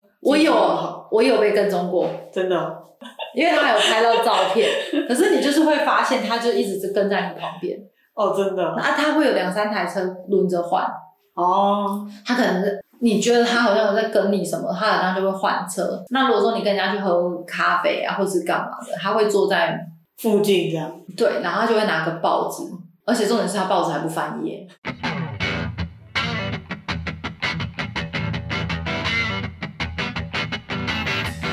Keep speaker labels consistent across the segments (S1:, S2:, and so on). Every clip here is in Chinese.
S1: 我
S2: 技术很好
S1: 有我有被跟踪过，
S2: 真的哦，
S1: 因为他有拍到照片，可是你就是会发现他就一直是跟在你旁边，
S2: 哦真的，
S1: 啊，他会有两三台车轮着换，
S2: 哦，
S1: 他可能是你觉得他好像有在跟你什么，他好像就会换车。那如果说你跟人家去喝咖啡啊，或是干嘛的，他会坐在
S2: 附近这样，
S1: 对，然后他就会拿个报纸，而且重点是他报纸还不翻页。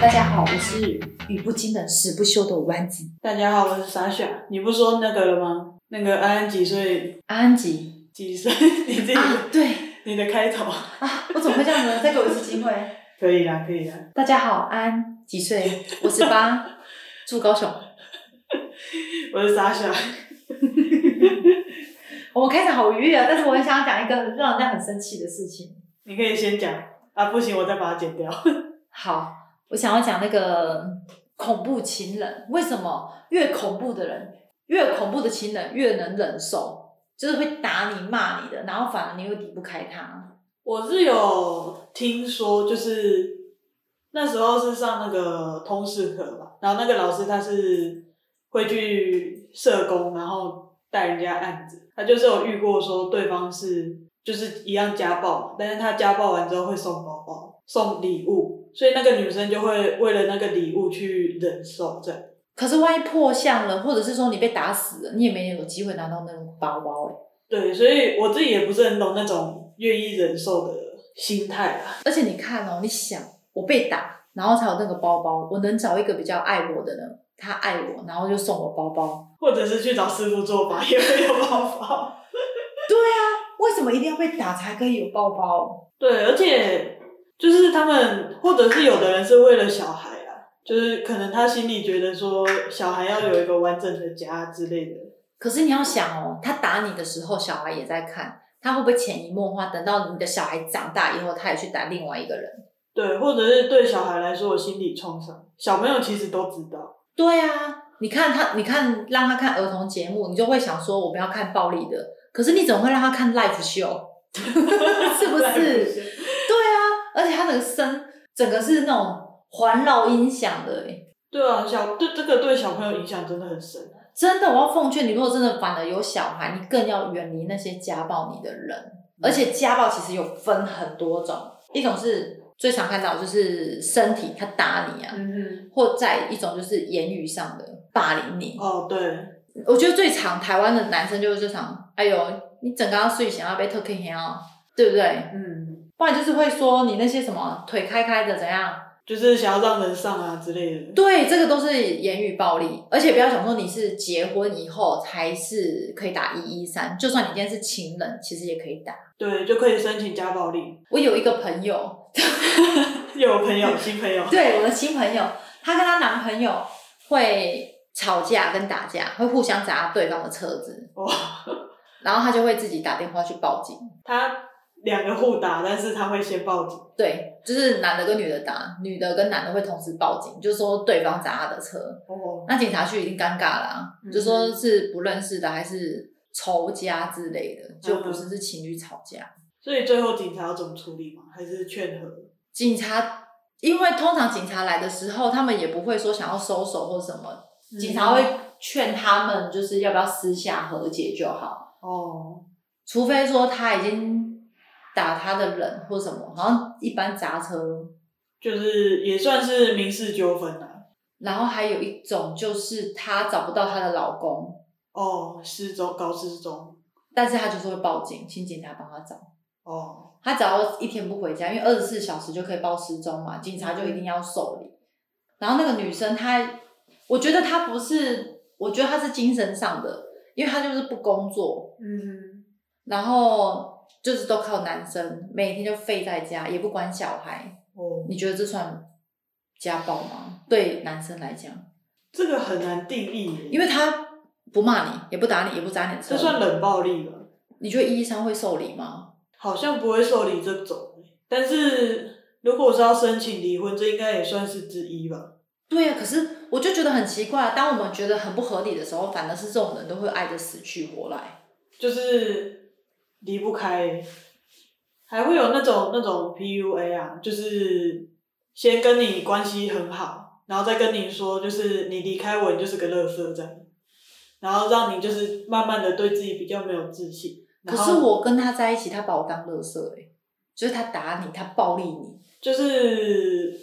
S3: 大家好，我是语不惊人死不休的丸子。
S2: 大家好，我是傻傻，你不说那个了吗？那个安安几岁？
S1: 安吉
S2: 几岁？ 你自己的、
S1: 啊，对
S2: 你的开头
S1: 啊，我怎么会这样子呢？再给我一次机会。
S2: 可以啦，可以啦。
S1: 大家好，安几岁？我十八， 住高雄。
S2: 我是傻傻，
S1: 我们开场好愉悦啊，但是我很想讲一个让人家很生气的事情。
S2: 你可以先讲啊，不行我再把它剪掉。
S1: 好，我想要讲那个恐怖情人，为什么越恐怖的人，越恐怖的情人越能忍受，就是会打你骂你的，然后反而你会离不开他。
S2: 我是有听说，就是那时候是上那个通识课吧，然后那个老师他是会去社工，然后带人家案子，他就是有遇过说对方是就是一样家暴，但是他家暴完之后会送包包、送礼物，所以那个女生就会为了那个礼物去忍受这样。
S1: 可是万一破相了，或者是说你被打死了，你也没有机会拿到那种包包哎、
S2: 对，所以我自己也不是很懂那种愿意忍受的心态啊。
S1: 而且你看哦，你想我被打，然后才有那个包包，我能找一个比较爱我的人，他爱我，然后就送我包包，
S2: 或者是去找师傅做法也会有办法。
S1: 为什么一定要被打才可以有包包？
S2: 对，而且就是他们，或者是有的人是为了小孩啊，就是可能他心里觉得说小孩要有一个完整的家之类的。
S1: 可是你要想哦，他打你的时候，小孩也在看，他会不会潜移默化，等到你的小孩长大以后，他也去打另外一个人？
S2: 对，或者是对小孩来说有心理创伤，小朋友其实都知道。
S1: 对啊，你看他，你看让他看儿童节目，你就会想说，我不要看暴力的。可是你怎么会让他看 life show？是不 是？对啊，而且他整个声整个是那种环绕音响的、欸，
S2: 对啊，小对这个对小朋友影响真的很深。啊
S1: 真的，我要奉劝你，如果真的反而有小孩，你更要远离那些家暴你的人。而且家暴其实有分很多种，一种是最常看到就是身体他打你啊，
S2: 嗯
S1: 或再一种就是言语上的霸凌你。
S2: 哦，对，
S1: 我觉得最常台湾的男生就是最常，哎呦，你整个睡想要被特 K 啊，对不对？
S2: 嗯，
S1: 不然就是会说你那些什么腿开开的怎样，
S2: 就是想要让人上啊之类的。
S1: 对，这个都是言语暴力，而且不要想说你是结婚以后才是可以打一一三，就算你今天是情人，其实也可以打。
S2: 对，就可以申请家暴令。
S1: 我有一个朋友，
S2: 又有朋友，新 朋友。
S1: 对我的新朋友，她跟她男朋友会吵架跟打架，会互相砸对方的车子，
S2: 哇，
S1: 然后她就会自己打电话去报警。
S2: 他两个互打，但是他会先报警。
S1: 对，就是男的跟女的打，女的跟男的会同时报警，就说对方砸她的车，
S2: 哦，
S1: 那警察局已经尴尬了、啊，
S2: 嗯
S1: 就说是不认识的还是仇家之类的，就不是是情侣吵架。
S2: 所以最后警察要怎么处理吗？还是劝和？
S1: 警察因为通常警察来的时候，他们也不会说想要收手或什么，警察会劝他们就是要不要私下和解就好，
S2: 哦，
S1: 除非说他已经打他的人或什么，好像一般砸车。
S2: 就是也算是民事纠纷啊啦。
S1: 然后还有一种就是她找不到她的老公，
S2: 哦，失踪搞失踪。
S1: 但是她就是会报警，请警察帮她找。
S2: 哦，
S1: 他只要一天不回家，因为二十四小时就可以报失踪嘛，警察就
S2: 嗯
S1: 一定要受理。然后那个女生她，我觉得她不是，我觉得她是精神上的，因为她就是不工作，
S2: 嗯
S1: 然后就是都靠男生，每天就废在家，也不管小孩。
S2: 哼，哦，
S1: 你觉得这算家暴吗？对男生来讲，
S2: 这个很难定义耶，
S1: 因为他不骂你，也不打你，也不砸你的车，
S2: 这算冷暴力吧？
S1: 你觉得一一三会受理吗？
S2: 好像不会受理这种，但是如果是要申请离婚，这应该也算是之一吧？
S1: 对啊呀、可是我就觉得很奇怪，啊当我们觉得很不合理的时候，反而是这种人都会爱的死去活来。
S2: 就是离不开，还会有那种那种 PUA 啊，就是先跟你关系很好，然后再跟你说，就是你离开我，你就是个垃圾这样，然后让你就是慢慢的对自己比较没有自信。
S1: 可
S2: 然后
S1: 是我跟他在一起，他把我当垃圾哎、就是他打你，他暴力你，
S2: 就是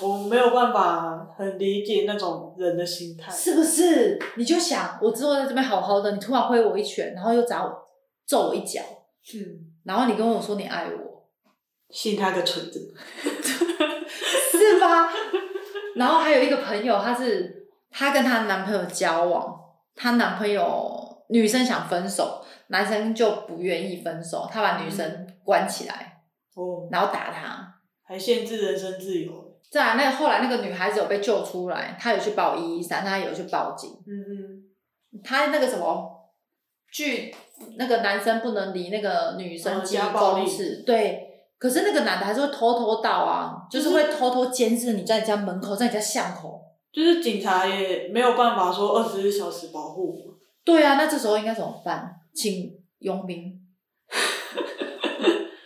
S2: 我没有办法很理解那种人的心态。
S1: 是不是？你就想，我之后在这边好好的，你突然挥我一拳，然后又砸我，揍我一脚，
S2: 嗯，
S1: 然后你跟我说你爱我，
S2: 信他个锤子。
S1: 是吧？ 然后还有一个朋友，她是她跟她男朋友交往，她男朋友女生想分手，男生就不愿意分手，他把女生
S2: 嗯
S1: 关起来，
S2: 哦，
S1: 然后打她。
S2: 还限制人身自由。
S1: 再来，那个后来那个女孩子有被救出来，她有去报一一三，她有去报警。
S2: 嗯哼，
S1: 她那个什么，据那个男生不能离那个女生
S2: 嗯
S1: 几
S2: 家暴
S1: 公
S2: 力
S1: 尺，对。可是那个男的还是会偷偷到啊，就是
S2: 就是
S1: 会偷偷监视你在你家门口，在你家巷口。
S2: 就是警察也没有办法说二十四小时保护我。
S1: 对啊，那这时候应该怎么办？请佣兵，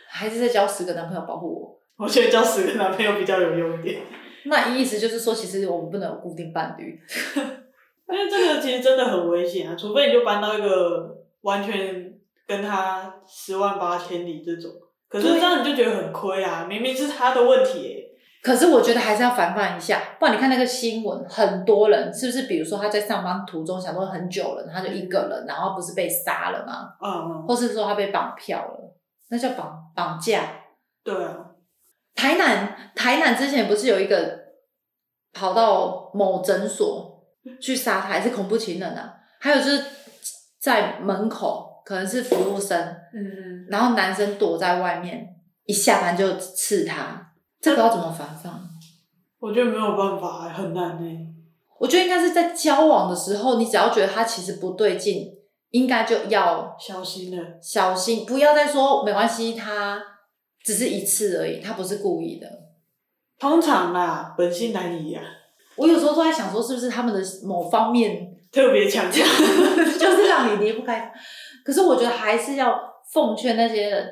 S1: 还是再交十个男朋友保护我？
S2: 我觉得交十个男朋友比较有用一点，
S1: 那意思就是说，其实我们不能有固定伴侣。
S2: 因为这个其实真的很危险啊，除非你就搬到一个完全跟他十万八千里这种，可是
S1: 对
S2: 这样你就觉得很亏啊，明明是他的问题欸耶、
S1: 可是我觉得还是要防范一下，不然你看那个新闻，很多人是不是？比如说他在上班途中想说很久了，他就一个人，然后不是被杀了吗？
S2: 嗯嗯，
S1: 或是说他被绑票了，那叫绑绑架。
S2: 对啊，
S1: 台南台南之前不是有一个跑到某诊所去杀他，还是恐怖情人啊？还有就是在门口，可能是服务生，
S2: 嗯嗯，
S1: 然后男生躲在外面，一下班就刺他，这个要怎么防范？
S2: 我觉得没有办法、欸很难呢、
S1: 我觉得应该是在交往的时候，你只要觉得他其实不对劲，应该就要
S2: 小心了。
S1: 小心，不要再说没关系，他只是一次而已，他不是故意的。
S2: 通常啦，本性难移啊，
S1: 我有时候都在想说，是不是他们的某方面
S2: 特别强调。
S1: 就是让你离不开他？可是我觉得还是要奉劝那些人，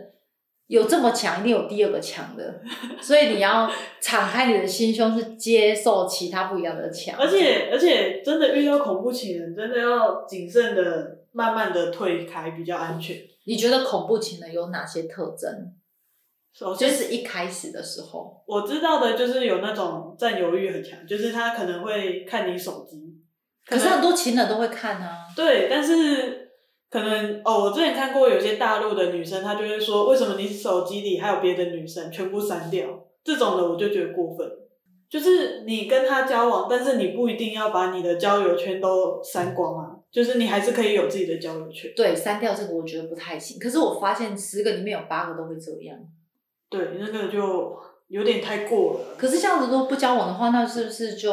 S1: 有这么强，一定有第二个强的，所以你要敞开你的心胸，去接受其他不一样的强。
S2: 而且而且，真的遇到恐怖情人，真的要谨慎的、慢慢的退开，比较安全。
S1: 你觉得恐怖情人有哪些特征？
S2: 首
S1: 就
S2: 先，
S1: 是一开始的时候。
S2: 我知道的就是有那种占有欲很强，就是他可能会看你手机，
S1: 可是
S2: 能
S1: 很多情人都会看啊，
S2: 对，但是可能哦，我之前看过有些大陆的女生，她就会说，为什么你手机里还有别的女生，全部删掉？这种的我就觉得过分。就是你跟他交往，但是你不一定要把你的交友圈都删光啊，就是你还是可以有自己的交友圈。
S1: 对，删掉这个我觉得不太行。可是我发现十个里面有八个都会这样。
S2: 对，那个就有点太过了。
S1: 可是这样子都不交往的话，那是不是就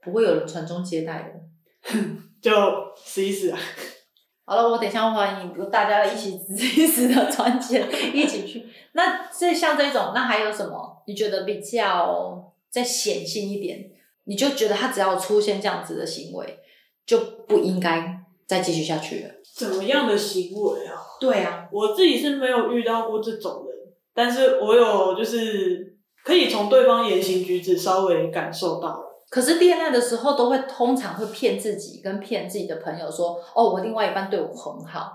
S1: 不会有人传宗接代了？
S2: 就死一死啊！
S1: 好了，我等一下欢迎大家一起仔细的传钱，一起去。 那这像这种，那还有什么？你觉得比较再显性一点，你就觉得他只要出现这样子的行为，就不应该再继续下去了。
S2: 怎么样的行为啊？
S1: 对啊，
S2: 我自己是没有遇到过这种人，但是我有就是可以从对方言行举止稍微感受到了。
S1: 可是恋爱的时候都会通常会骗自己跟骗自己的朋友说，哦，我另外一半对我很好。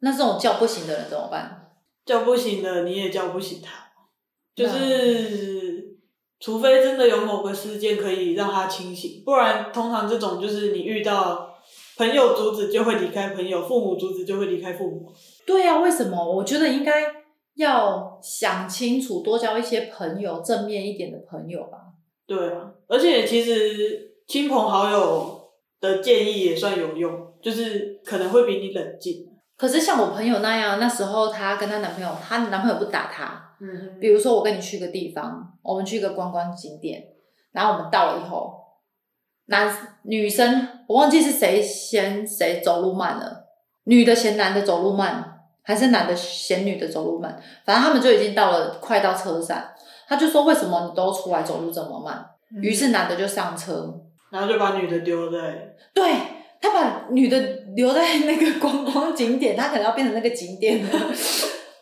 S1: 那这种叫不醒的人怎么办？
S2: 叫不醒的你也叫不醒他，就是除非真的有某个事件可以让他清醒，不然通常这种就是你遇到朋友阻止就会离开朋友，父母阻止就会离开父母。
S1: 对啊呀、为什么？我觉得应该要想清楚，多交一些朋友，正面一点的朋友吧。
S2: 对啊，而且其实亲朋好友的建议也算有用，就是可能会比你冷静。啊
S1: 可是像我朋友那样，那时候她跟她男朋友，她男朋友不打她，
S2: 嗯
S1: 比如说我跟你去一个地方，我们去一个观光景点，然后我们到了以后，男女生我忘记是谁嫌谁走路慢了，女的嫌男的走路慢，还是男的嫌女的走路慢，反正他们就已经到了快到车站，他就说为什么你都出来走路这么慢？
S2: 嗯
S1: 于是男的就上车，
S2: 然后就把女的丢在，
S1: 对他把女的留在那个观光景点，他可能要变成那个景点了。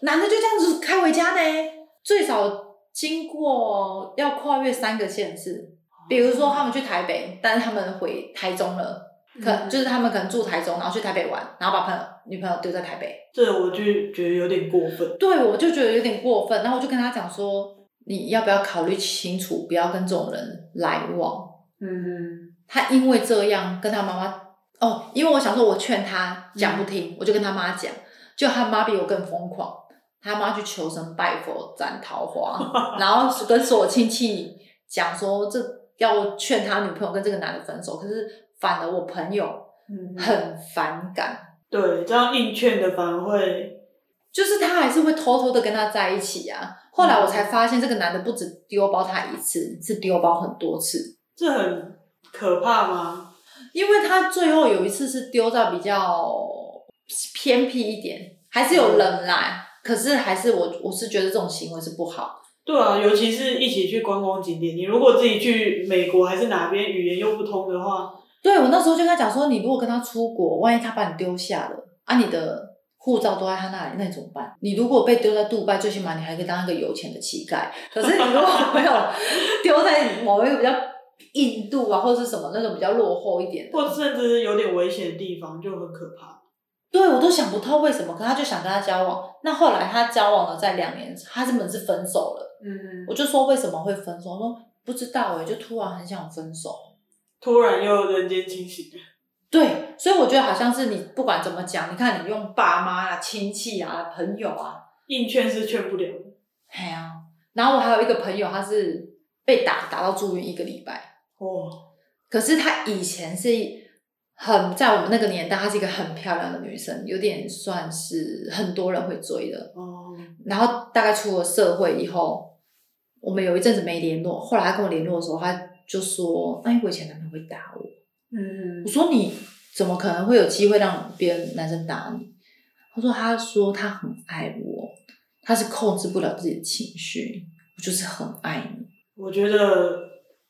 S1: 男的就这样子开回家呢，最少经过要跨越三个县市，比如说他们去台北，但是他们回台中了，可、
S2: 嗯
S1: 就是他们可能住台中，然后去台北玩，然后把朋友女朋友丢在台北，
S2: 这我就觉得有点过分。
S1: 对我就觉得有点过分，然后我就跟他讲说，你要不要考虑清楚，不要跟这种人来往。
S2: 嗯
S1: 他因为这样跟他妈妈哦，因为我想说，我劝他讲不听，我就跟他妈讲，就他妈比我更疯狂，他妈去求神拜佛斩桃花，然后跟所有亲戚讲说这要劝他女朋友跟这个男的分手，可是反而我朋友
S2: 嗯，
S1: 很反感，
S2: 对，这样硬劝的反而会，
S1: 就是他还是会偷偷的跟他在一起啊。后来我才发现，这个男的不止丢包他一次，是丢包很多次。
S2: 这很可怕吗？
S1: 因为他最后有一次是丢在比较偏僻一点，还是有人来，可是还是我我是觉得这种行为是不好。
S2: 对啊，尤其是一起去观光景点，你如果自己去美国还是哪边语言又不通的话，
S1: 对我那时候就跟他讲说，你如果跟他出国，万一他把你丢下了啊，你的护照都在他那里，那你怎么办？你如果被丢在杜拜，最起码你还可以当一个有钱的乞丐。可是你如果没有丢在某一个比较印度啊，或者是什么那种比较落后一点的，
S2: 或甚至是有点危险的地方，就很可怕。
S1: 对我都想不透为什么，可他就想跟他交往。那后来他交往了在两年，他根本是分手了。
S2: 嗯，
S1: 我就说为什么会分手，我说不知道哎、就突然很想分手。
S2: 突然又人间清醒。
S1: 对，所以我觉得好像是你不管怎么讲，你看你用爸妈啊、亲戚啊、朋友啊，
S2: 硬劝是劝不了的。
S1: 哎呀、然后我还有一个朋友，他是被打打到住院一个礼拜，
S2: 哇，
S1: 可是他以前是很在我们那个年代，她是一个很漂亮的女生，有点算是很多人会追的。
S2: 哦，
S1: 然后大概出了社会以后，我们有一阵子没联络。后来他跟我联络的时候，他就说：“哎，我以前男朋友会打我。”
S2: 嗯
S1: 我，说：“你怎么可能会有机会让别人男生打你？”他说：“他说他很爱我，他是控制不了自己的情绪，我就是很爱你。
S2: 我觉得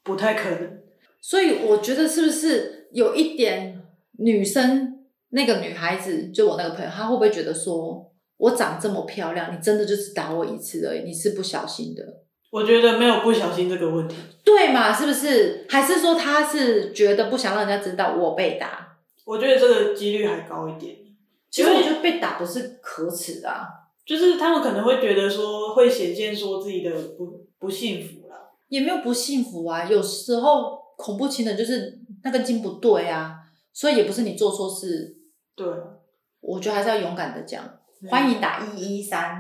S2: 不太可能。”
S1: 所以我觉得是不是有一点女生那个女孩子，就我那个朋友，她会不会觉得说？我长这么漂亮，你真的就只打我一次而已，你是不小心的。
S2: 我觉得没有不小心这个问题，
S1: 对嘛？是不是？还是说他是觉得不想让人家知道我被打？
S2: 我觉得这个几率还高一点。
S1: 其实我觉得被打不是可耻的啊，
S2: 就是他们可能会觉得说，会显现说自己的不不幸福啦。
S1: 也没有不幸福啊。有时候恐怖情人就是那根筋不对啊，所以也不是你做错事，
S2: 对，
S1: 我觉得还是要勇敢的讲。
S2: 嗯
S1: 欢迎打一一三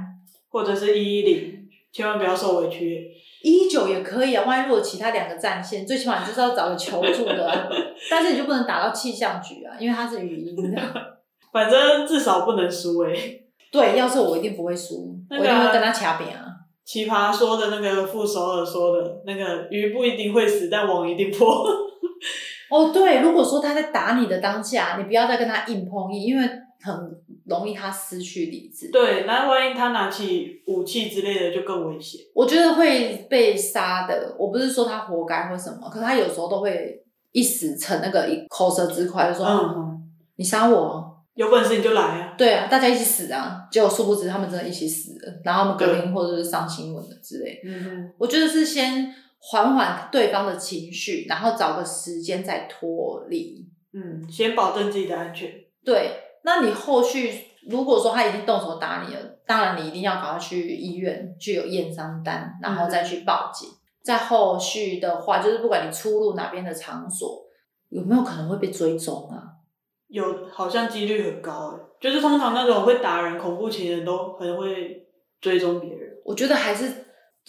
S2: 或者是一一零，千万不要受委屈。
S1: 一九也可以啊，万一如果其他两个战线，最起码你就是要找个求助的、 啊，但是你就不能打到气象局啊，因为它是语音的。
S2: 反正至少不能输诶、欸。
S1: 对，要是我一定不会输，我
S2: 那
S1: 一
S2: 个啊
S1: 定会跟他掐扁啊。
S2: 奇葩说的那个傅首尔说的那个鱼不一定会死，但网一定破。
S1: 哦，对，如果说他在打你的当下，你不要再跟他硬碰硬，因为很容易他失去理智。，
S2: 对，那万一他拿起武器之类的，就更危险。
S1: 我觉得会被杀的。我不是说他活该或什么，可是他有时候都会一时逞那个一口舌之快，就说、
S2: 嗯，
S1: 你杀我哦，
S2: 有本事你就来啊！
S1: 对啊，大家一起死啊！结果殊不知他们真的一起死了，然后他们隔天或者是上新闻了之类的。
S2: 嗯，
S1: 我觉得是先缓缓对方的情绪，然后找个时间再脱离。
S2: 嗯，先保证自己的安全。
S1: 对，那你后续如果说他已经动手打你了，当然你一定要赶快去医院去有验伤单，然后再去报警。在后续的话，就是不管你出入哪边的场所，有没有可能会被追踪啊？
S2: 有好像几率很高诶，就是通常那种会打人、恐怖情人都很会追踪别人。
S1: 我觉得还是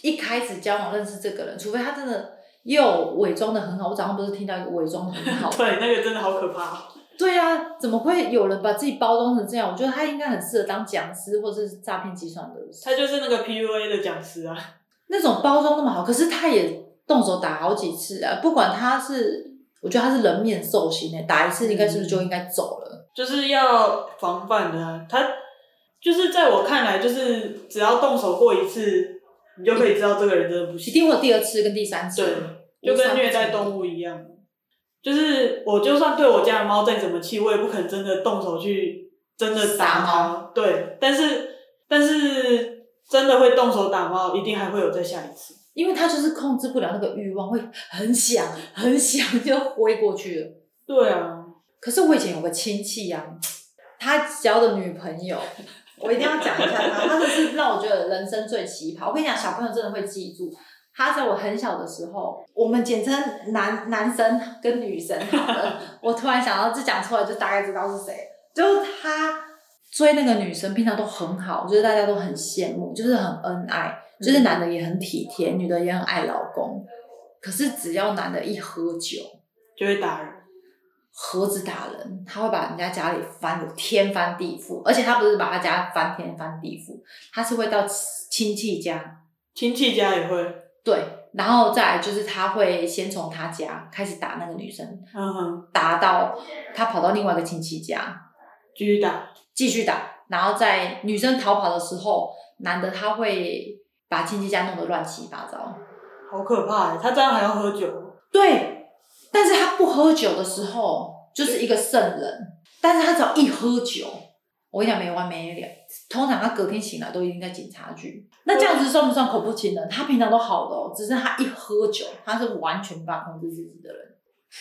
S1: 一开始交往认识这个人，除非他真的又伪装的很好。我早上不是听到一个伪装的很好，
S2: 对，那个真的好可怕。哦
S1: 对啊，怎么会有人把自己包装成这样？我觉得他应该很适合当讲师或者是诈骗集团的
S2: 他就是那个 PUA 的讲师啊。
S1: 那种包装那么好，可是他也动手打好几次啊！不管他是，我觉得他是人面兽心诶、打一次应该是不是就应该走了？
S2: 就是要防范的、啊。他就是在我看来，就是只要动手过一次，你就可以知道这个人真的不
S1: 一
S2: 行。
S1: 定会有第二次跟第三次，
S2: 嗯对，就跟虐待动物一样。就是我就算对我家的猫再怎么气，我也不可能真的动手去真的打
S1: 杀
S2: 它。对，但是但是真的会动手打猫，一定还会有再下一次。
S1: 因为他就是控制不了那个欲望，会很想很想就挥过去了。
S2: 对啊，
S1: 可是我以前有个亲戚呀、他交的女朋友， 我一定要讲一下他，他就是让我觉得人生最奇葩。我跟你讲，小朋友真的会记住。他在我很小的时候，我们简称男男生跟女生好了。我突然想到，这讲出来就大概知道是谁。就是他追那个女生，平常都很好，就是大家都很羡慕，就是很恩爱，就是男的也很体贴，女的也很爱老公。可是只要男的一喝酒，
S2: 就会打人。
S1: 盒子打人，他会把人家家里翻得天翻地覆，而且他不是把他家翻天翻地覆，他是会到亲戚家，
S2: 亲戚家也会，
S1: 对，然后再来就是他会先从他家开始打那个女生，
S2: 嗯哼，
S1: 打到他跑到另外一个亲戚家
S2: 继续打，
S1: 继续打，然后在女生逃跑的时候，男的他会把亲戚家弄得乱七八糟，
S2: 好可怕、欸！他这样还要喝酒，
S1: 对，但是他不喝酒的时候就是一个圣人，但是他只要一喝酒，我跟你讲没完没了。通常他隔天醒来都一定在警察局。那这样子算不算恐怖情人？他平常都好的哦，只是他一喝酒，他是完全无法控制自己的人。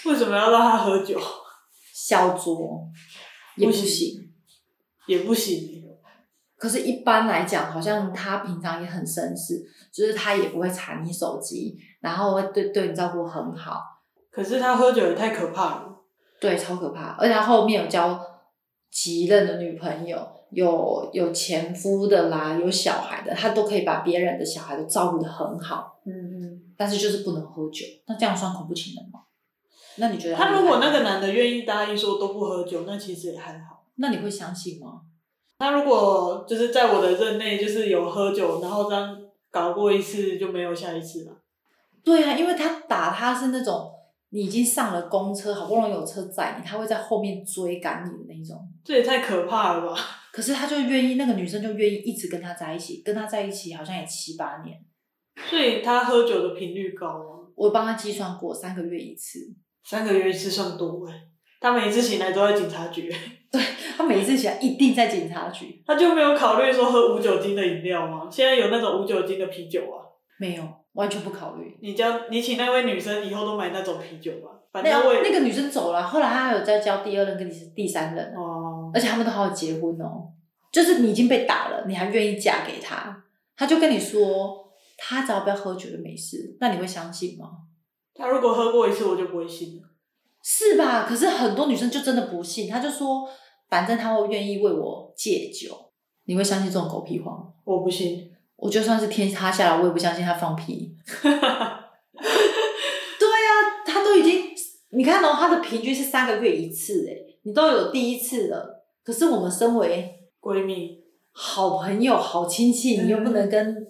S2: 为什么要让他喝酒？
S1: 小酌也不
S2: 不
S1: 行，
S2: 也不行，
S1: 可是，一般来讲，好像他平常也很绅士，就是他也不会查你手机，然后会对对你照顾很好。
S2: 可是他喝酒也太可怕了。
S1: 对，超可怕。而且他后面有交几任的女朋友，有有前夫的啦，有小孩的，他都可以把别人的小孩都照顾的很好，
S2: 嗯
S1: 但是就是不能喝酒。那这样算恐怖情人吗？那你觉得
S2: 嗯，他如果那
S1: 厉害
S2: 个
S1: 吗，
S2: 男的愿意答应说都不喝酒，那其实也还好。
S1: 那你会相信吗？
S2: 他如果就是在我的任内，就是有喝酒，然后这样搞过一次就没有下一次了。
S1: 对啊，因为他打他是那种你已经上了公车，好不容易有车载你，他会在后面追赶你的那一种。
S2: 这也太可怕了吧！
S1: 可是他就愿意，那个女生就愿意一直跟他在一起，跟他在一起好像也七八年。
S2: 所以他喝酒的频率高啊，
S1: 我帮他计算过，三个月一次。
S2: 三个月一次算多哎、他每一次醒来都在警察局，
S1: 他每一次起来一定在警察局。
S2: 他就没有考虑说喝无酒精的饮料吗？现在有那种无酒精的啤酒啊，
S1: 没有，完全不考虑。
S2: 你叫你请那位女生以后都买啊那种啤酒吧，反
S1: 那
S2: 正我也
S1: 那个女生走了，后来她还有再交第二任跟你是第三任，
S2: 哦，
S1: 而且他们都还有结婚哦。就是你已经被打了，你还愿意嫁给他，他就跟你说，他只要不要喝酒就没事，那你会相信吗？
S2: 他如果喝过一次，我就不会信了。
S1: 是吧？可是很多女生就真的不信，她就说，反正他会愿意为我戒酒，你会相信这种狗屁话吗？
S2: 我不信，
S1: 我就算是天塌下来，我也不相信他放 屁。对啊，他都已经，你看哦，他的平均是三个月一次，哎，你都有第一次了。可是我们身为
S2: 闺蜜，
S1: 好朋友、好亲戚，
S2: 嗯
S1: 你又不能跟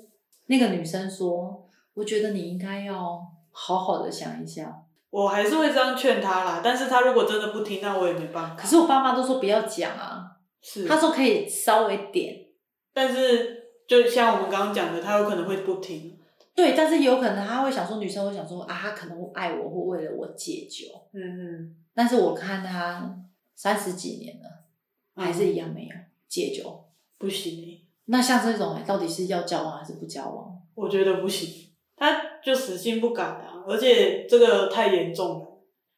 S1: 那个女生说，我觉得你应该要好好的想一下。
S2: 我还是会这样劝他啦。但是他如果真的不听，那我也没办法。
S1: 可是我爸妈都说不要讲啊，
S2: 是，
S1: 他说可以稍微点，
S2: 但是就像我们刚刚讲的，他有可能会不听。
S1: 对，但是也有可能他会想说，女生会想说啊，他可能会爱我，或为了我戒酒。
S2: 嗯嗯，
S1: 但是我看他三十几年了，还是一样没有戒酒。
S2: 不行，欸
S1: 那像这种、哎到底是要交往还是不交往？
S2: 我觉得不行，他就死性不改啊，而且这个太严重了。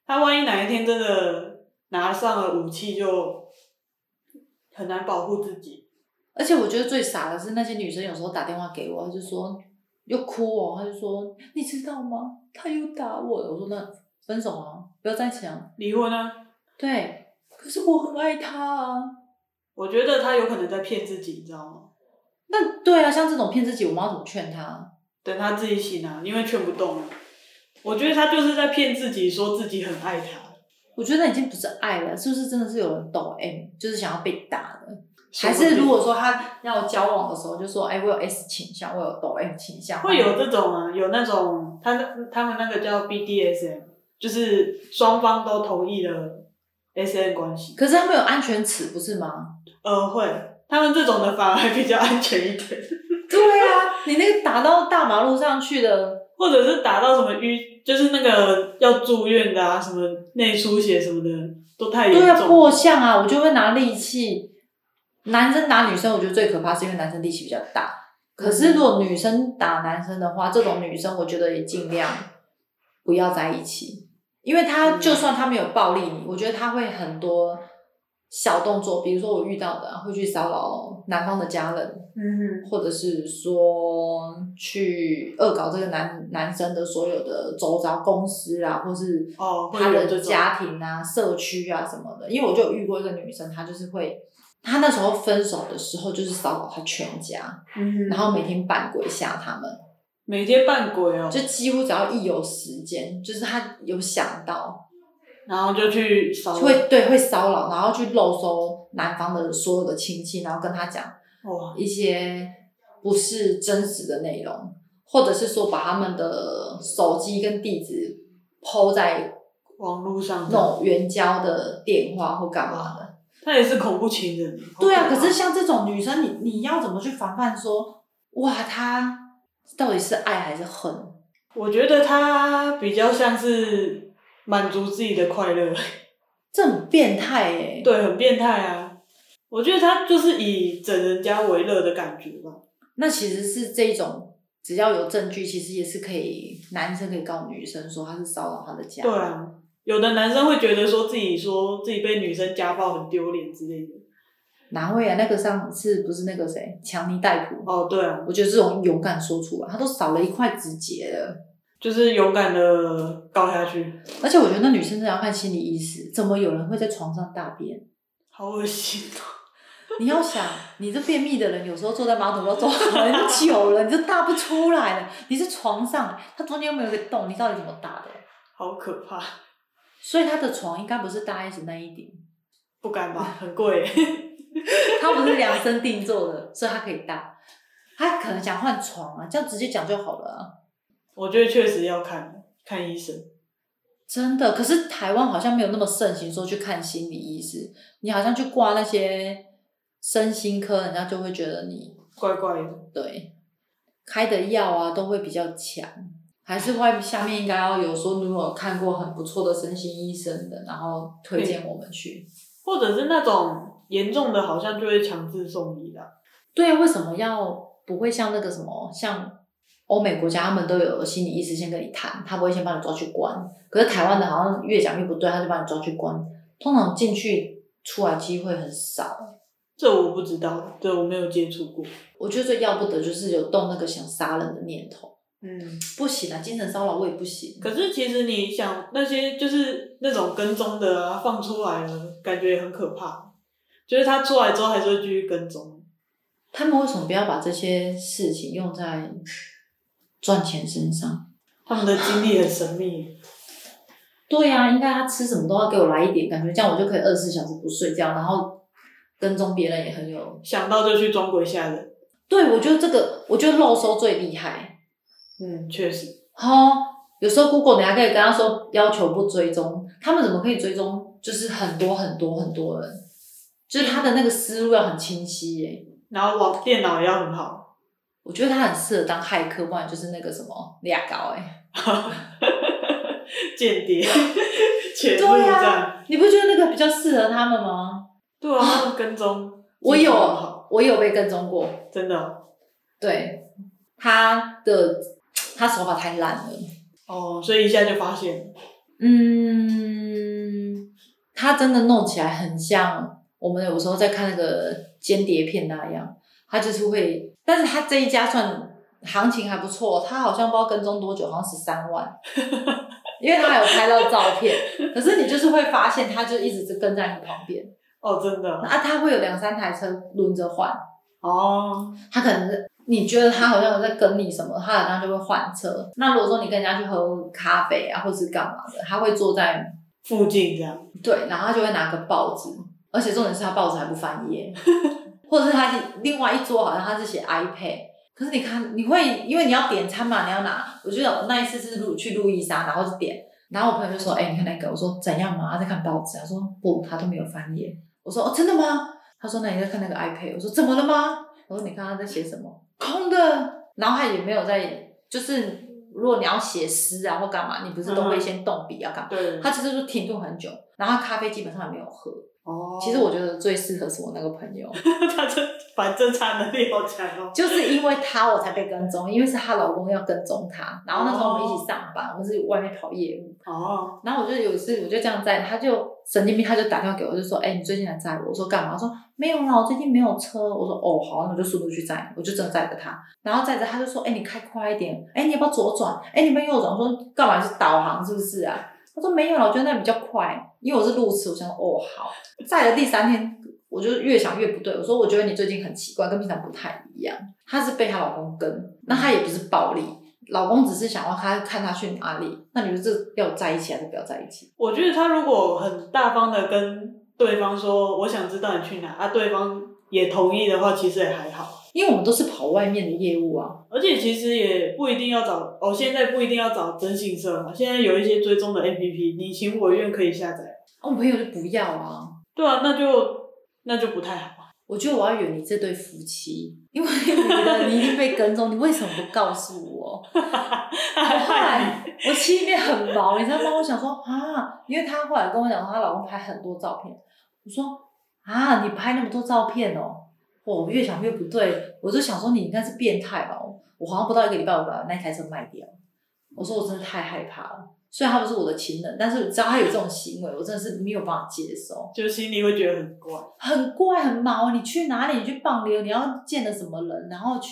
S2: 他万一哪一天真的拿上了武器，就很难保护自己。
S1: 而且我觉得最傻的是那些女生有时候打电话给我，她就说又哭哦，她就说你知道吗？他又打我了。我说那分手啊，不要在一起啊。
S2: 离婚啊，
S1: 对，可是我很爱他啊。
S2: 我觉得他有可能在骗自己，你知道吗？
S1: 那对啊，像这种骗自己，我们要怎么劝啊他？
S2: 等他自己醒啊，因为劝不动了。我觉得他就是在骗自己，说自己很爱他，
S1: 我觉得那已经不是爱了，是不是真的是有人抖 M，就是想要被打的？
S2: 说
S1: 还
S2: 不定
S1: 是如果说他要交往的时候，就说：“哎、我有 S 倾向，我有抖 M 倾向。”
S2: 会有这种啊，有那种他那他们那个叫 BDSM，就是双方都同意的 SM 关系。
S1: 可是他们有安全尺，不是吗？
S2: 呃，会，他们这种的反而还比较安全一点，
S1: 对啊，你那个打到大马路上去的，
S2: 或者是打到什么淤，就是那个要住院的啊，什么内出血什么的，都太严
S1: 对啊，
S2: 重。
S1: 破相啊，我就会拿利器。男生打女生，我觉得最可怕是因为男生力气比较大，可是如果女生打男生的话，这种女生我觉得也尽量不要在一起，因为她
S2: 嗯
S1: 就算她没有暴力你，我觉得她会很多小动作，比如说我遇到的啊、会去骚扰男方的家人，
S2: 嗯
S1: 或者是说去恶搞这个男男生的所有的周遭公司啊，或是
S2: 哦会
S1: 他
S2: 有
S1: 的
S2: 这种
S1: 家庭啊、社区啊什么的。因为我就有遇过一个女生，她就是会，她那时候分手的时候就是骚扰她全家，
S2: 嗯
S1: 然后每天扮鬼吓他们，
S2: 每天扮鬼哦，
S1: 就几乎只要一有时间，就是她有想到
S2: 然后就去扫
S1: 就会对会骚扰，然后去漏搜男方的所有的亲戚，然后跟他讲。
S2: 哇，
S1: 一些不是真实的内容，或者是说把他们的手机跟地址抛在
S2: 网络上
S1: 那种援交的电话或干嘛的。
S2: 他也是恐怖情人。
S1: 对啊，
S2: 好
S1: 可
S2: 怕
S1: 是像这种女生，你你要怎么去防范说，哇，她到底是爱还是恨？
S2: 我觉得他比较像是满足自己的快乐，
S1: 这很变态哎、
S2: 对，很变态啊。我觉得他就是以整人家为乐的感觉吧。
S1: 那其实是这种，只要有证据，其实也是可以，男生可以告女生说他是骚扰她的家。
S2: 对啊，有的男生会觉得说自己说自己被女生家暴很丢脸之类的。
S1: 哪会啊？那个上次不是那个谁，强尼戴普
S2: 哦，对啊，
S1: 我觉得这种勇敢说出来，他都少了一块直节了。
S2: 就是勇敢的告下去，
S1: 而且我觉得那女生真的要看心理医师，怎么有人会在床上大便？
S2: 好恶心 哦。
S1: 你要想，你这便秘的人有时候坐在马桶上坐很久了，你就大不出来了。你是床上，它中间又没有一个洞，你到底怎么大的？
S2: 好可怕，
S1: 所以他的床应该不是大 S 那一顶，
S2: 不敢吧， 很贵。
S1: 他不是量身定做的，所以他可以大。他可能想换床啊，这样直接讲就好了啊。
S2: 我觉得确实要看看医生。
S1: 真的，可是台湾好像没有那么盛行说去看心理医师，你好像去挂那些身心科，人家就会觉得你
S2: 怪怪的，
S1: 对开的药啊都会比较强，还是外下面应该要有说，如果有看过很不错的身心医生的，然后推荐我们去。
S2: 或者是那种严重的，好像就会强制送医啦。
S1: 对啊，为什么要不会像那个什么像？欧美国家他们都有心理医师先跟你谈，他不会先把你抓去关。可是台湾的好像越讲越不对，他就把你抓去关。通常进去出来机会很少。
S2: 这我不知道，这我没有接触过。
S1: 我觉得最要不得就是有动那个想杀人的念头，
S2: 嗯，
S1: 不行啊，精神骚扰我也不行。
S2: 可是其实你想那些就是那种跟踪的啊，放出来了，感觉也很可怕。就是他出来之后还是会继续跟踪，
S1: 他们为什么不要把这些事情用在赚钱身上？
S2: 他们的经历很神秘。
S1: 对呀、应该他吃什么都要给我来一点，感觉这样我就可以二十四小时不睡觉，然后跟踪别人也很有。
S2: 想到就去装鬼吓人。
S1: 对，我觉得这个，我觉得漏收最厉害。
S2: 嗯，确实。
S1: 哦，有时候 Google 你还可以跟他说要求不追踪，他们怎么可以追踪？就是很多很多很多人，就是他的那个思路要很清晰耶、
S2: 然后网电脑也要很好，
S1: 我觉得他很适合当骇客，不然就是那个什么俩高哎。
S2: 间谍潜
S1: 啊
S2: 入这样。，
S1: 你不觉得那个比较适合他们吗？
S2: 对啊，他们跟踪。
S1: 我
S2: 技术很好
S1: 有，我有被跟踪过。
S2: 真的哦
S1: 对，他的他手法太烂了。
S2: 哦，所以一下就发现了。
S1: 嗯，他真的弄起来很像我们有时候在看那个间谍片那样，他就是会，但是他这一家算行情还不错，他好像不知道跟踪多久，好像十三万，因为他还有拍到照片，可是你就是会发现他就一直是跟在你旁边，
S2: 哦，真的
S1: 啊，他会有两三台车轮着换，
S2: 哦，
S1: 他可能是你觉得他好像有在跟你什么，他好像就会换车。那如果说你跟人家去喝咖啡啊，或是干嘛的，他会坐在
S2: 附近这样，
S1: 对，然后他就会拿个报纸，而且重点是他报纸还不翻页， 或者是他另外一桌好像他是写 iPad，可是你看你会因为你要点餐嘛，你要拿，我记得我那一次是路去路易莎，然后就点，然后我朋友就说，哎、你看那个，我说怎样嘛，他在看报纸，他说不，他都没有翻页，我说哦真的吗？他说那你在看那个 iPad，我说怎么了吗？我说你看他在写什么，空的，然后他也没有在，就是如果你要写诗啊或干嘛，你不是都会先动笔啊干嘛？
S2: 对，
S1: 他其实就停顿很久，然后咖啡基本上也没有喝，
S2: 哦
S1: 其实我觉得最适合是我那个朋友，
S2: 他这反侦查能力好强哦。
S1: 就是因为她我才被跟踪，因为是她老公要跟踪她，然后那时候我们一起上班，我们是外面跑业务，
S2: 哦，
S1: 然后我就有一次我就这样在，他就神经病，他就打电话给我，就说：“哎、你最近来载我？”我说：“干嘛？”他说：“没有啦，我最近没有车。”我说：“哦，好，那我就速度去载你。”我就真的载着他，然后载着他就说：“哎、你开快一点，哎、你要不要左转？哎、你要不要右转？”我说：“干嘛？是导航是不是啊？”他说：“没有啦，我觉得那比较快，因为我是路痴。”我想说：“哦，好。”载了第三天，我就越想越不对，我说：“我觉得你最近很奇怪，跟平常不太一样。”她是被她老公跟，那她也不是暴力。老公只是想要她看她去哪里，那你就这要在一起还是不要在一起？
S2: 我觉得他如果很大方的跟对方说我想知道你去哪，啊，对方也同意的话，其实也还好。
S1: 因为我们都是跑外面的业务啊，
S2: 而且其实也不一定要找哦，现在不一定要找征信社嘛，现在有一些追踪的 APP，你情我愿可以下载。
S1: 啊我朋友就不要啊。
S2: 对啊，那就那就不太好。
S1: 我觉得我要远离这对夫妻，因为你的你一定被跟踪，你为什么不告诉我？我后来我心里面很毛，你知道吗？我想说啊，因为她后来跟我讲说，她老公拍很多照片，我说啊，你拍那么多照片哦，我越想越不对，我就想说你应该是变态吧，我好像不到一个礼拜我把那台车卖掉，我说我真的太害怕了。虽然他不是我的情人，但是只要他有这种行为，我真的是没有办法接受。
S2: 就心里会觉得很怪。
S1: 很怪很毛，你去哪里？你去棒流，你要见了什么人，然后去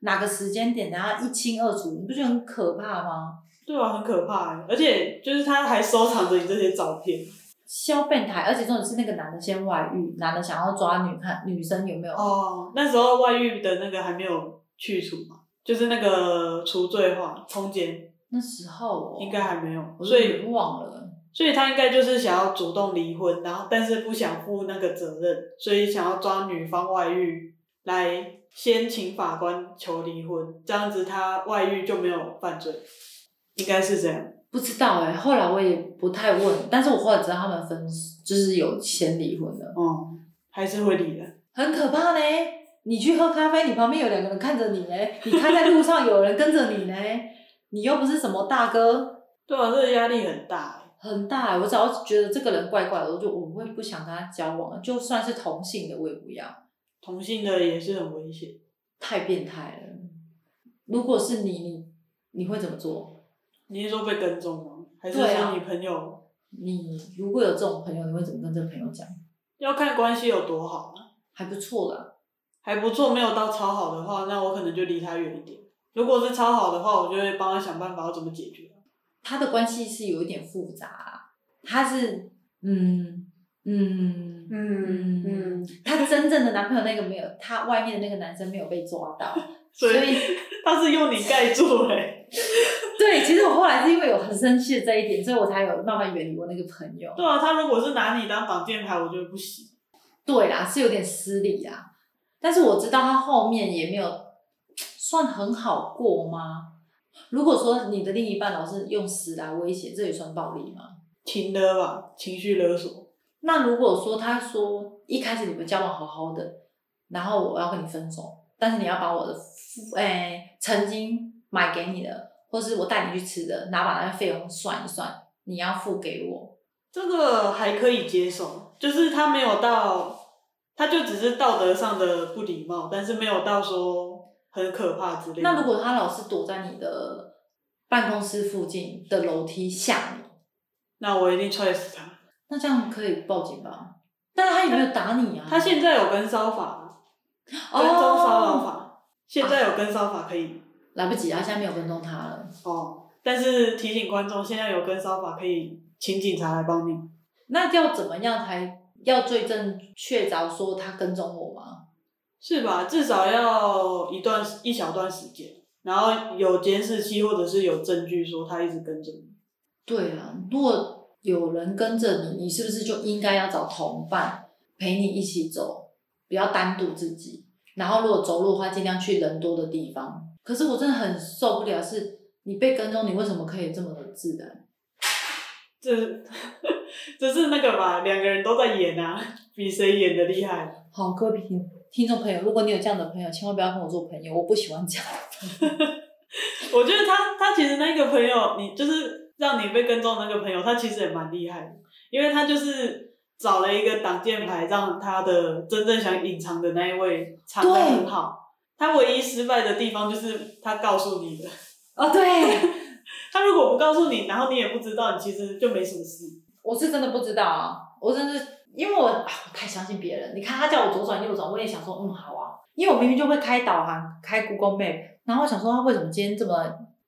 S1: 哪个时间点，然后一清二楚，你不觉得很可怕吗？
S2: 对啊，很可怕欸，而且就是他还收藏着你这些照片。
S1: 消变态，而且重点是那个男的先外遇，男的想要抓女看女生有没有？
S2: 哦，那时候外遇的那个还没有去除嘛，就是那个除罪化通奸
S1: 那时候、哦、
S2: 应该还没有，
S1: 我
S2: 所
S1: 所
S2: 以
S1: 以忘了。
S2: 所以他应该就是想要主动离婚，然后但是不想负那个责任，所以想要抓女方外遇来先请法官求离婚，这样子他外遇就没有犯罪，应该是这样。
S1: 不知道哎、后来我也不太问，但是我后来知道他们分就是有先离婚了，
S2: 哦、还是会离的。
S1: 很可怕呢。你去喝咖啡，你旁边有两个人看着你呢，欸你开在路上有人跟着你呢， 你又不是什么大哥，
S2: 对啊，这个压力很大欸。
S1: 很大、欸，我只要觉得这个人怪怪的，我就我会不想跟他交往了。就算是同性的，我也不要，
S2: 同性的也是很危险。
S1: 太变态了。如果是你，你你会怎么做？
S2: 你是说被跟踪吗？还是
S1: 对啊
S2: 说你朋友
S1: 你如果有这种朋友，你会怎么跟这个朋友讲？
S2: 要看关系有多好啊？
S1: 还不错啦，
S2: 还不错，没有到超好的话，那我可能就离他远一点。如果是超好的话，我就会帮他想办法要怎么解决。啊
S1: 他的关系是有一点复杂啦。他是嗯嗯，嗯嗯，他真正的男朋友那个没有，他外面的那个男生没有被抓到，
S2: 所
S1: 所
S2: 以
S1: 以
S2: 他是用你盖住哎、欸。
S1: 对，其实我后来是因为有很生气的这一点，所以我才有慢慢远离我那个朋友。
S2: 对啊，他如果是拿你当挡箭牌，我觉得不行。
S1: 对啦，是有点失礼啦。但是我知道他后面也没有算很好过吗？如果说你的另一半老是用死来威胁，这也算暴力吗？
S2: 情勒吧，情绪勒索。
S1: 那如果说他说一开始你们交往好好的，然后我要跟你分手，但是你要把我的付，诶、曾经买给你的，或是我带你去吃的，拿把那个费用算一算，你要付给我，
S2: 这个还可以接受，就是他没有到，他就只是道德上的不礼貌，但是没有到说很可怕之类的。
S1: 那如果他老是躲在你的办公室附近的楼梯下你，
S2: 那我一定踹死他。
S1: 那这样可以报警吧？但是他有没有打你啊？
S2: 他现在有跟骚法吗，跟踪骚扰
S1: 哦，
S2: 法，现在有跟骚法可以
S1: 来不及啊，现在没有跟踪他了。
S2: 哦。但是提醒观众，现在有跟骚法可以请警察来帮你。
S1: 那要怎么样才要罪证确凿说他跟踪我吗？
S2: 是吧？至少要一段一小段时间，然后有监视器或者是有证据说他一直跟着你。
S1: 对啊，如果有人跟着你，你是不是就应该要找同伴陪你一起走，不要单独自己？然后如果走路的话，尽量去人多的地方。可是我真的很受不了，是你被跟踪，你为什么可以这么的自然？
S2: 这 这是那个吧？两个人都在演啊，比谁演的厉害。
S1: 好，各位听听众朋友，如果你有这样的朋友，千万不要跟我做朋友，我不喜欢这样。
S2: 我觉得他他其实那个朋友，你就是让你被跟踪的那个朋友，他其实也蛮厉害的，因为他就是找了一个挡箭牌，让他的真正想隐藏的那一位藏得
S1: 对
S2: 很好。呃他唯一失败的地方就是他告诉你的，
S1: 哦，对，
S2: 他如果不告诉你，然后你也不知道，你其实就没什么事。
S1: 我是真的不知道啊，我真是因为我、啊、我太相信别人。你看他叫我左转右转，我也想说嗯好啊，因为我明明就会开导航、开 Google Map，然后我想说他为什么今天这么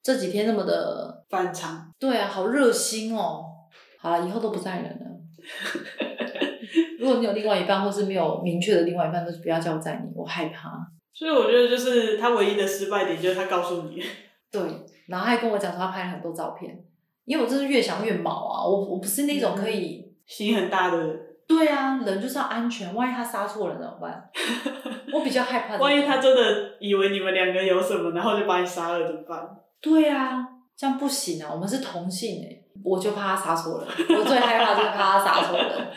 S1: 这几天那么的
S2: 反常，
S1: 对啊，好热心哦。好了，以后都不载人了。 如果你有另外一半，或是没有明确的另外一半，就是不要叫我载你，我害怕。
S2: 所以我觉得就是他唯一的失败点就是他告诉你，
S1: 对，然后他还跟我讲说他拍了很多照片，因为我真是越想越毛啊，我我不是那
S2: 嗯
S1: 种可以
S2: 心很大的人，
S1: 对啊，人就是要安全，万一他杀错人怎么办？ 我比较害怕这个。
S2: 万一他真的以为你们两个有什么，然后就把你杀了怎么办？
S1: 对啊，这样不行啊，我们是同性哎、我就怕他杀错人，我最害怕就是怕他杀错人，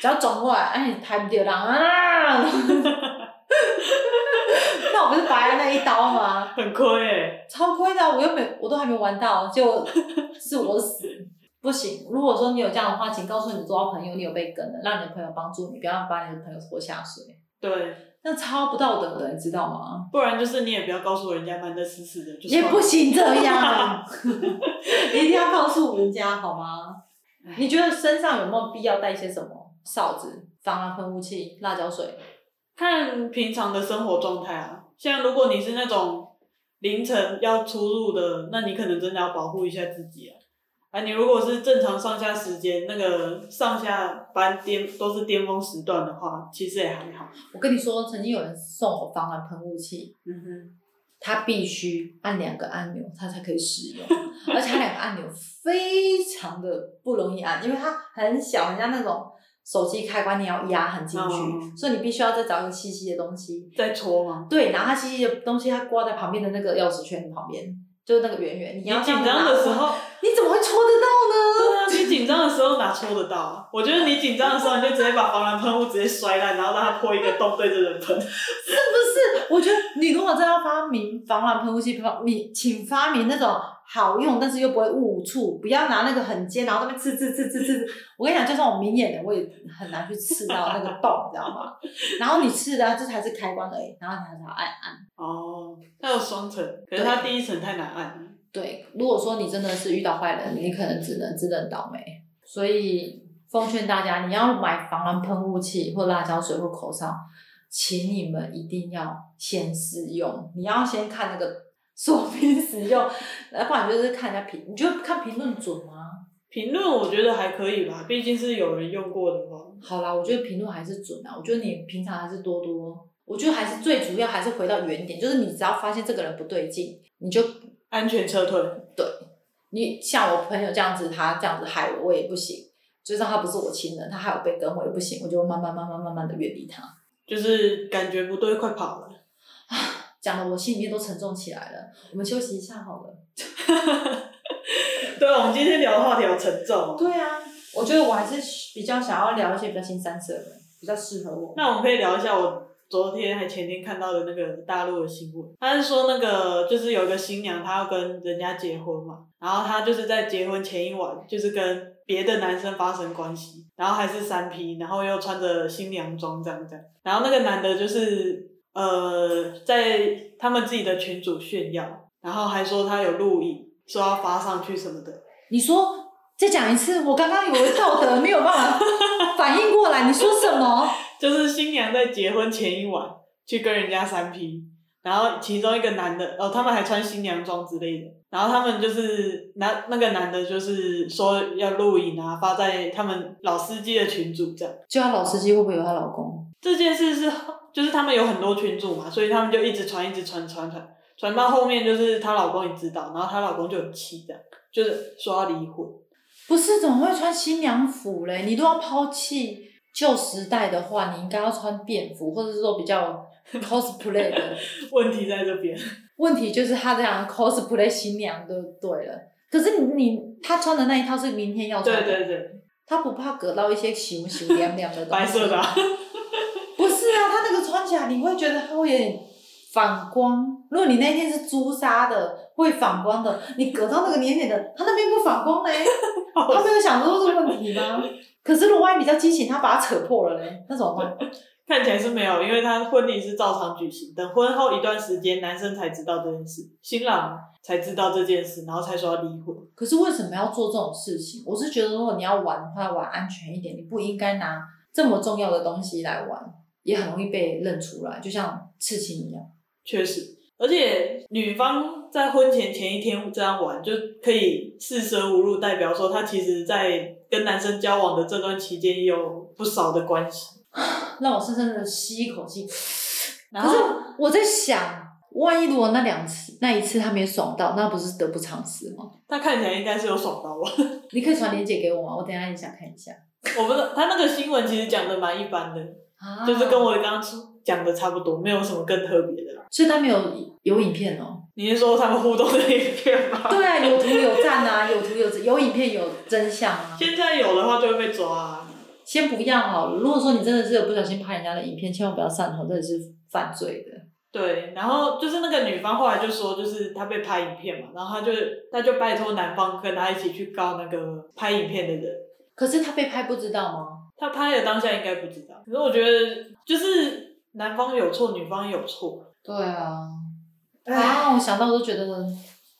S1: 只要转过来，哎，抬不掉人啊， 那我不是白了那一刀吗？
S2: 很亏哎、
S1: 超亏的啊，我又没，我都还没玩到，就是我死。 不行，如果说你有这样的话，请告诉你的周遭朋友，你有被跟了，让你的朋友帮助你，不要把你的朋友拖下水。
S2: 对，
S1: 那超不道德的，你知道吗？
S2: 不然就是你也不要告诉人家瞒得死死的，就
S1: 也
S2: 算
S1: 不
S2: 了。
S1: 行这样，一定要告诉人家好吗？你觉得身上有没有必要带一些什么？哨子、防狼喷雾器、辣椒水？
S2: 看平常的生活状态啊，像如果你是那种凌晨要出入的，那你可能真的要保护一下自己啊。啊，你如果是正常上下时间，那个上下班巅都是巅峰时段的话，其实也还好。
S1: 我跟你说，曾经有人送我防狼喷雾器，
S2: 嗯哼，
S1: 它必须按两个按钮，它才可以使用，而且它两个按钮非常的不容易按，因为它很小，人家那种手机开关你要压很进去，
S2: 嗯
S1: 所以你必须要再找一个细细的东西，
S2: 再搓吗？
S1: 对，然后它其实的东西它挂在旁边的那个钥匙圈旁边，就是那个圆圆。你
S2: 你
S1: 要这样子
S2: 紧张
S1: 拿
S2: 的
S1: 出
S2: 时
S1: 来，
S2: 候，
S1: 你怎么会戳得到呢？
S2: 对啊，你紧张的时候哪戳得到啊？我觉得你紧张的时候，你就直接把防狼喷雾直接摔烂，然后让它破一个洞对着人喷。
S1: 是不是？我觉得你如果真的要发明防狼喷雾器，发你请发明那种好用，但是又不会误触，不要拿那个很尖，然后在那边刺刺刺刺刺。我跟你讲，就算我明眼人，我也很难去刺到那个洞，你知道吗？然后你刺的啊这才是开关而已，然后你还是要按按。
S2: 哦，它有双层，可是它第一层太难按了。
S1: 对，如果说你真的是遇到坏人，你可能只能自认倒霉。所以奉劝大家，你要买防狼喷雾器或辣椒水或口哨，请你们一定要先试用，你要先看那个 说明使用，呃不然就是看人家评，你觉得看评论准吗？
S2: 评论我觉得还可以吧，毕竟是有人用过的话。
S1: 好啦，我觉得评论还是准啊，我觉得你平常还是多多，我觉得还是最主要还是回到原点，就是你只要发现这个人不对劲，你就
S2: 安全撤退，
S1: 你像我朋友这样子，他这样子害我，我也不行。就算他不是我亲人，他害我被跟，我也不行。我就慢慢慢慢慢慢的远离他。
S2: 就是感觉不对，快跑了。
S1: 讲的我心里面都沉重起来了。我们休息一下好了。
S2: 对啊，我们今天聊的话题好沉重哦。
S1: 对啊，我觉得我还是比较想要聊一些比较新三色的，比较适合我。
S2: 那我们可以聊一下我昨天还前天看到的那个大陆的新闻，他是说那个就是有一个新娘，她要跟人家结婚嘛，然后她就是在结婚前一晚，就是跟别的男生发生关系，然后还是三 P，然后又穿着新娘装这样这样，然后那个男的就是呃在他们自己的群组炫耀，然后还说他有录影，说要发上去什么的，
S1: 你说再讲一次，我刚刚以为道德没有办法反应过来，你说什 么？
S2: 就是新娘在结婚前一晚去跟人家三 P，然后其中一个男的，哦，他们还穿新娘装之类的，然后他们就是那那个男的，就是说要录影啊，发在他们老司机的群组这样。
S1: 就她老司机会不会有她老公？
S2: 这件事是就是他们有很多群组嘛，所以他们就一直传，一直传，传传传到后面就是她老公也知道，然后她老公就很气这样，就是说要离婚。
S1: 不是，怎么会穿新娘服嘞？你都要抛弃旧时代的话，你应该要穿便服，或者是说比 较 cosplay 的。
S2: 问题在这边，
S1: 问题就是他这样 cosplay 新娘就对了。可是你你他穿的那一套是明天要穿
S2: 对
S1: 的，
S2: 对对，
S1: 他不怕隔到一些熊熊凉凉的东西。
S2: 白色的、啊，
S1: 不是啊，他那个穿起来你会觉得他会有点反光。如果你那天是朱砂的，会反光的，你隔到那个黏黏的，它那边不反光嘞，哦他没有想说这个问题吗？可是如果万一比较激情，他把它扯破了嘞，那怎么办？
S2: 看起来是没有，因为他婚礼是照常举行，等婚后一段时间，男生才知道这件事，新郎才知道这件事，然后才说要离婚。
S1: 可是为什么要做这种事情？我是觉得，如果你要玩的话，玩安全一点，你不应该拿这么重要的东西来玩，也很容易被认出来，就像刺青一样。
S2: 确实，而且女方在婚前前一天这样玩，就可以四舍五入，代表说她其实在跟男生交往的这段期间有不少的关系。
S1: 让我深深的吸一口气。
S2: 然
S1: 可是
S2: 后
S1: 我在想，万一如果那两次那一次他没爽到，那不是得不偿失吗？
S2: 她看起来应该是有爽到吧？
S1: 你可以传链接给我吗？我等一下也想看一下。
S2: 我不知道，她那个新闻其实讲的蛮一般的，
S1: 啊
S2: 就是跟，我刚刚讲的差不多，没有什么更特别的啦。
S1: 所以他没有有影片哦。
S2: 你是说他们互动的影 片吗？
S1: 对啊，有图有赞啊， 有图有有影片有真相啊。
S2: 现在有的话就会被抓、啊。
S1: 先不要好了。如果说你真的是有不小心拍人家的影片，千万不要上头，这也是犯罪的。
S2: 对，然后就是那个女方后来就说，就是她被拍影片嘛，然后她就她就拜托男方跟她一起去告那个拍影片的人。
S1: 可是他被拍不知道吗？
S2: 她拍的当下应该不知道，可是我觉得就是男方有错，女方有错。
S1: 对啊，啊，我想到我都觉得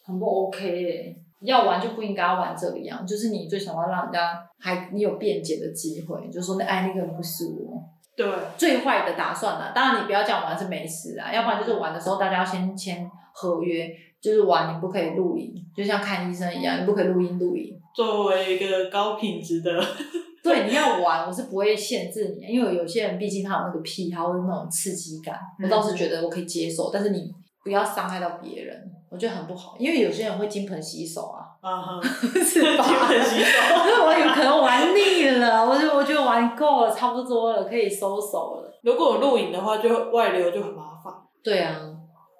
S1: 很不 OK 欸要玩就不应该玩这个样，就是你最想要让人家还你有辩解的机会，就说那哎那个人不是我
S2: 对，
S1: 最坏的打算啦、当然你不要讲玩是没事啊，要不然就是玩的时候大家要先签合约，就是玩你不可以录音，就像看医生一
S2: 嗯
S1: 样，你不可以录音录影。
S2: 作为一个高品质的，
S1: 对，你要玩，我是不会限制你，啊因为有些人毕竟他有那个癖好，有那种刺激感，
S2: 嗯
S1: 我倒是觉得我可以接受，但是你不要伤害到别人，我觉得很不好，因为有些人会金盆洗手啊，
S2: 啊，
S1: 是
S2: 金
S1: 吧？
S2: 盆洗手。
S1: 我有可能玩腻了，我就我觉得玩够了，差不多了，可以收手了。
S2: 如果有录影的话，就外流就很麻烦。
S1: 对啊，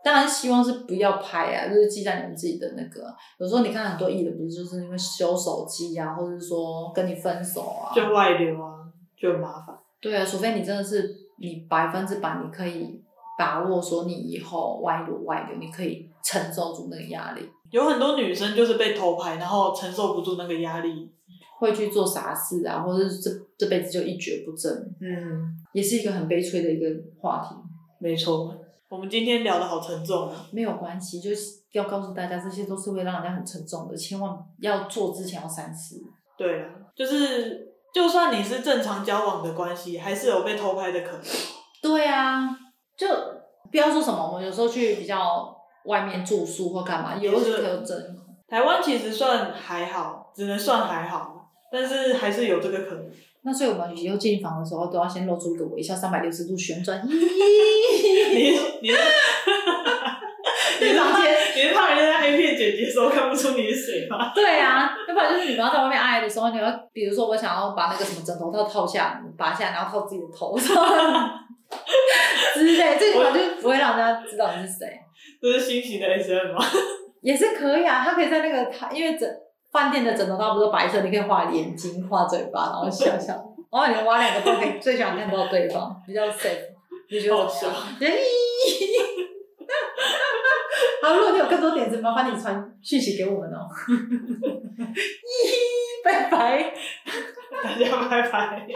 S1: 当然希望是不要拍啊，就是记在你们自己的那个。有时候你看很多艺人，不是就是因为修手机啊，或者是说跟你分手啊，
S2: 就外流啊，就很麻烦。
S1: 对啊，除非你真的是你百分之百，你可以把握说你以后外流外流，你可以承受住那个压力，
S2: 有很多女生就是被偷拍，然后承受不住那个压力。
S1: 会去做傻事啊，或者是这这辈子就一蹶不振，
S2: 嗯，
S1: 也是一个很悲催的一个话题。
S2: 没错。我们今天聊的好沉重啊。
S1: 没有关系，就是要告诉大家，这些都是会让人家很沉重的，千万要做之前要三思。
S2: 对啊，就是就算你是正常交往的关系，还是有被偷拍的可能。
S1: 对啊，就不要说什么，我们有时候去比较外面住宿或干嘛，有
S2: 也是
S1: 可有真空。
S2: 台湾其实算还好，只能算还好，但是还是有这个可能。
S1: 那所以我们以后进房的时候都要先露出一个微笑，三百六十度旋转，
S2: 你你是
S1: 对啊房间。
S2: 你是怕人家 A 片姐姐说看不出你是谁吗？
S1: 对啊，要不然就是你们要在外面爱的时候，你要比如说我想要把那个什么枕头套套下，拔下来，然后套自己的头 上之类，这个就不会让人家知道你是谁，
S2: 这是新型的 SM 吗？
S1: 也是可以啊。他可以在那个他因为枕饭店的枕头套不是白色，你可以画眼睛、画嘴巴，然后笑笑，然后你们挖两个洞，可以最喜欢看到对方，比较 safe。你觉得
S2: 好
S1: 怎么
S2: 笑
S1: 样？。好，如果你有更多点子，麻烦你传讯息给我们哦。拜拜。
S2: 大家拜拜。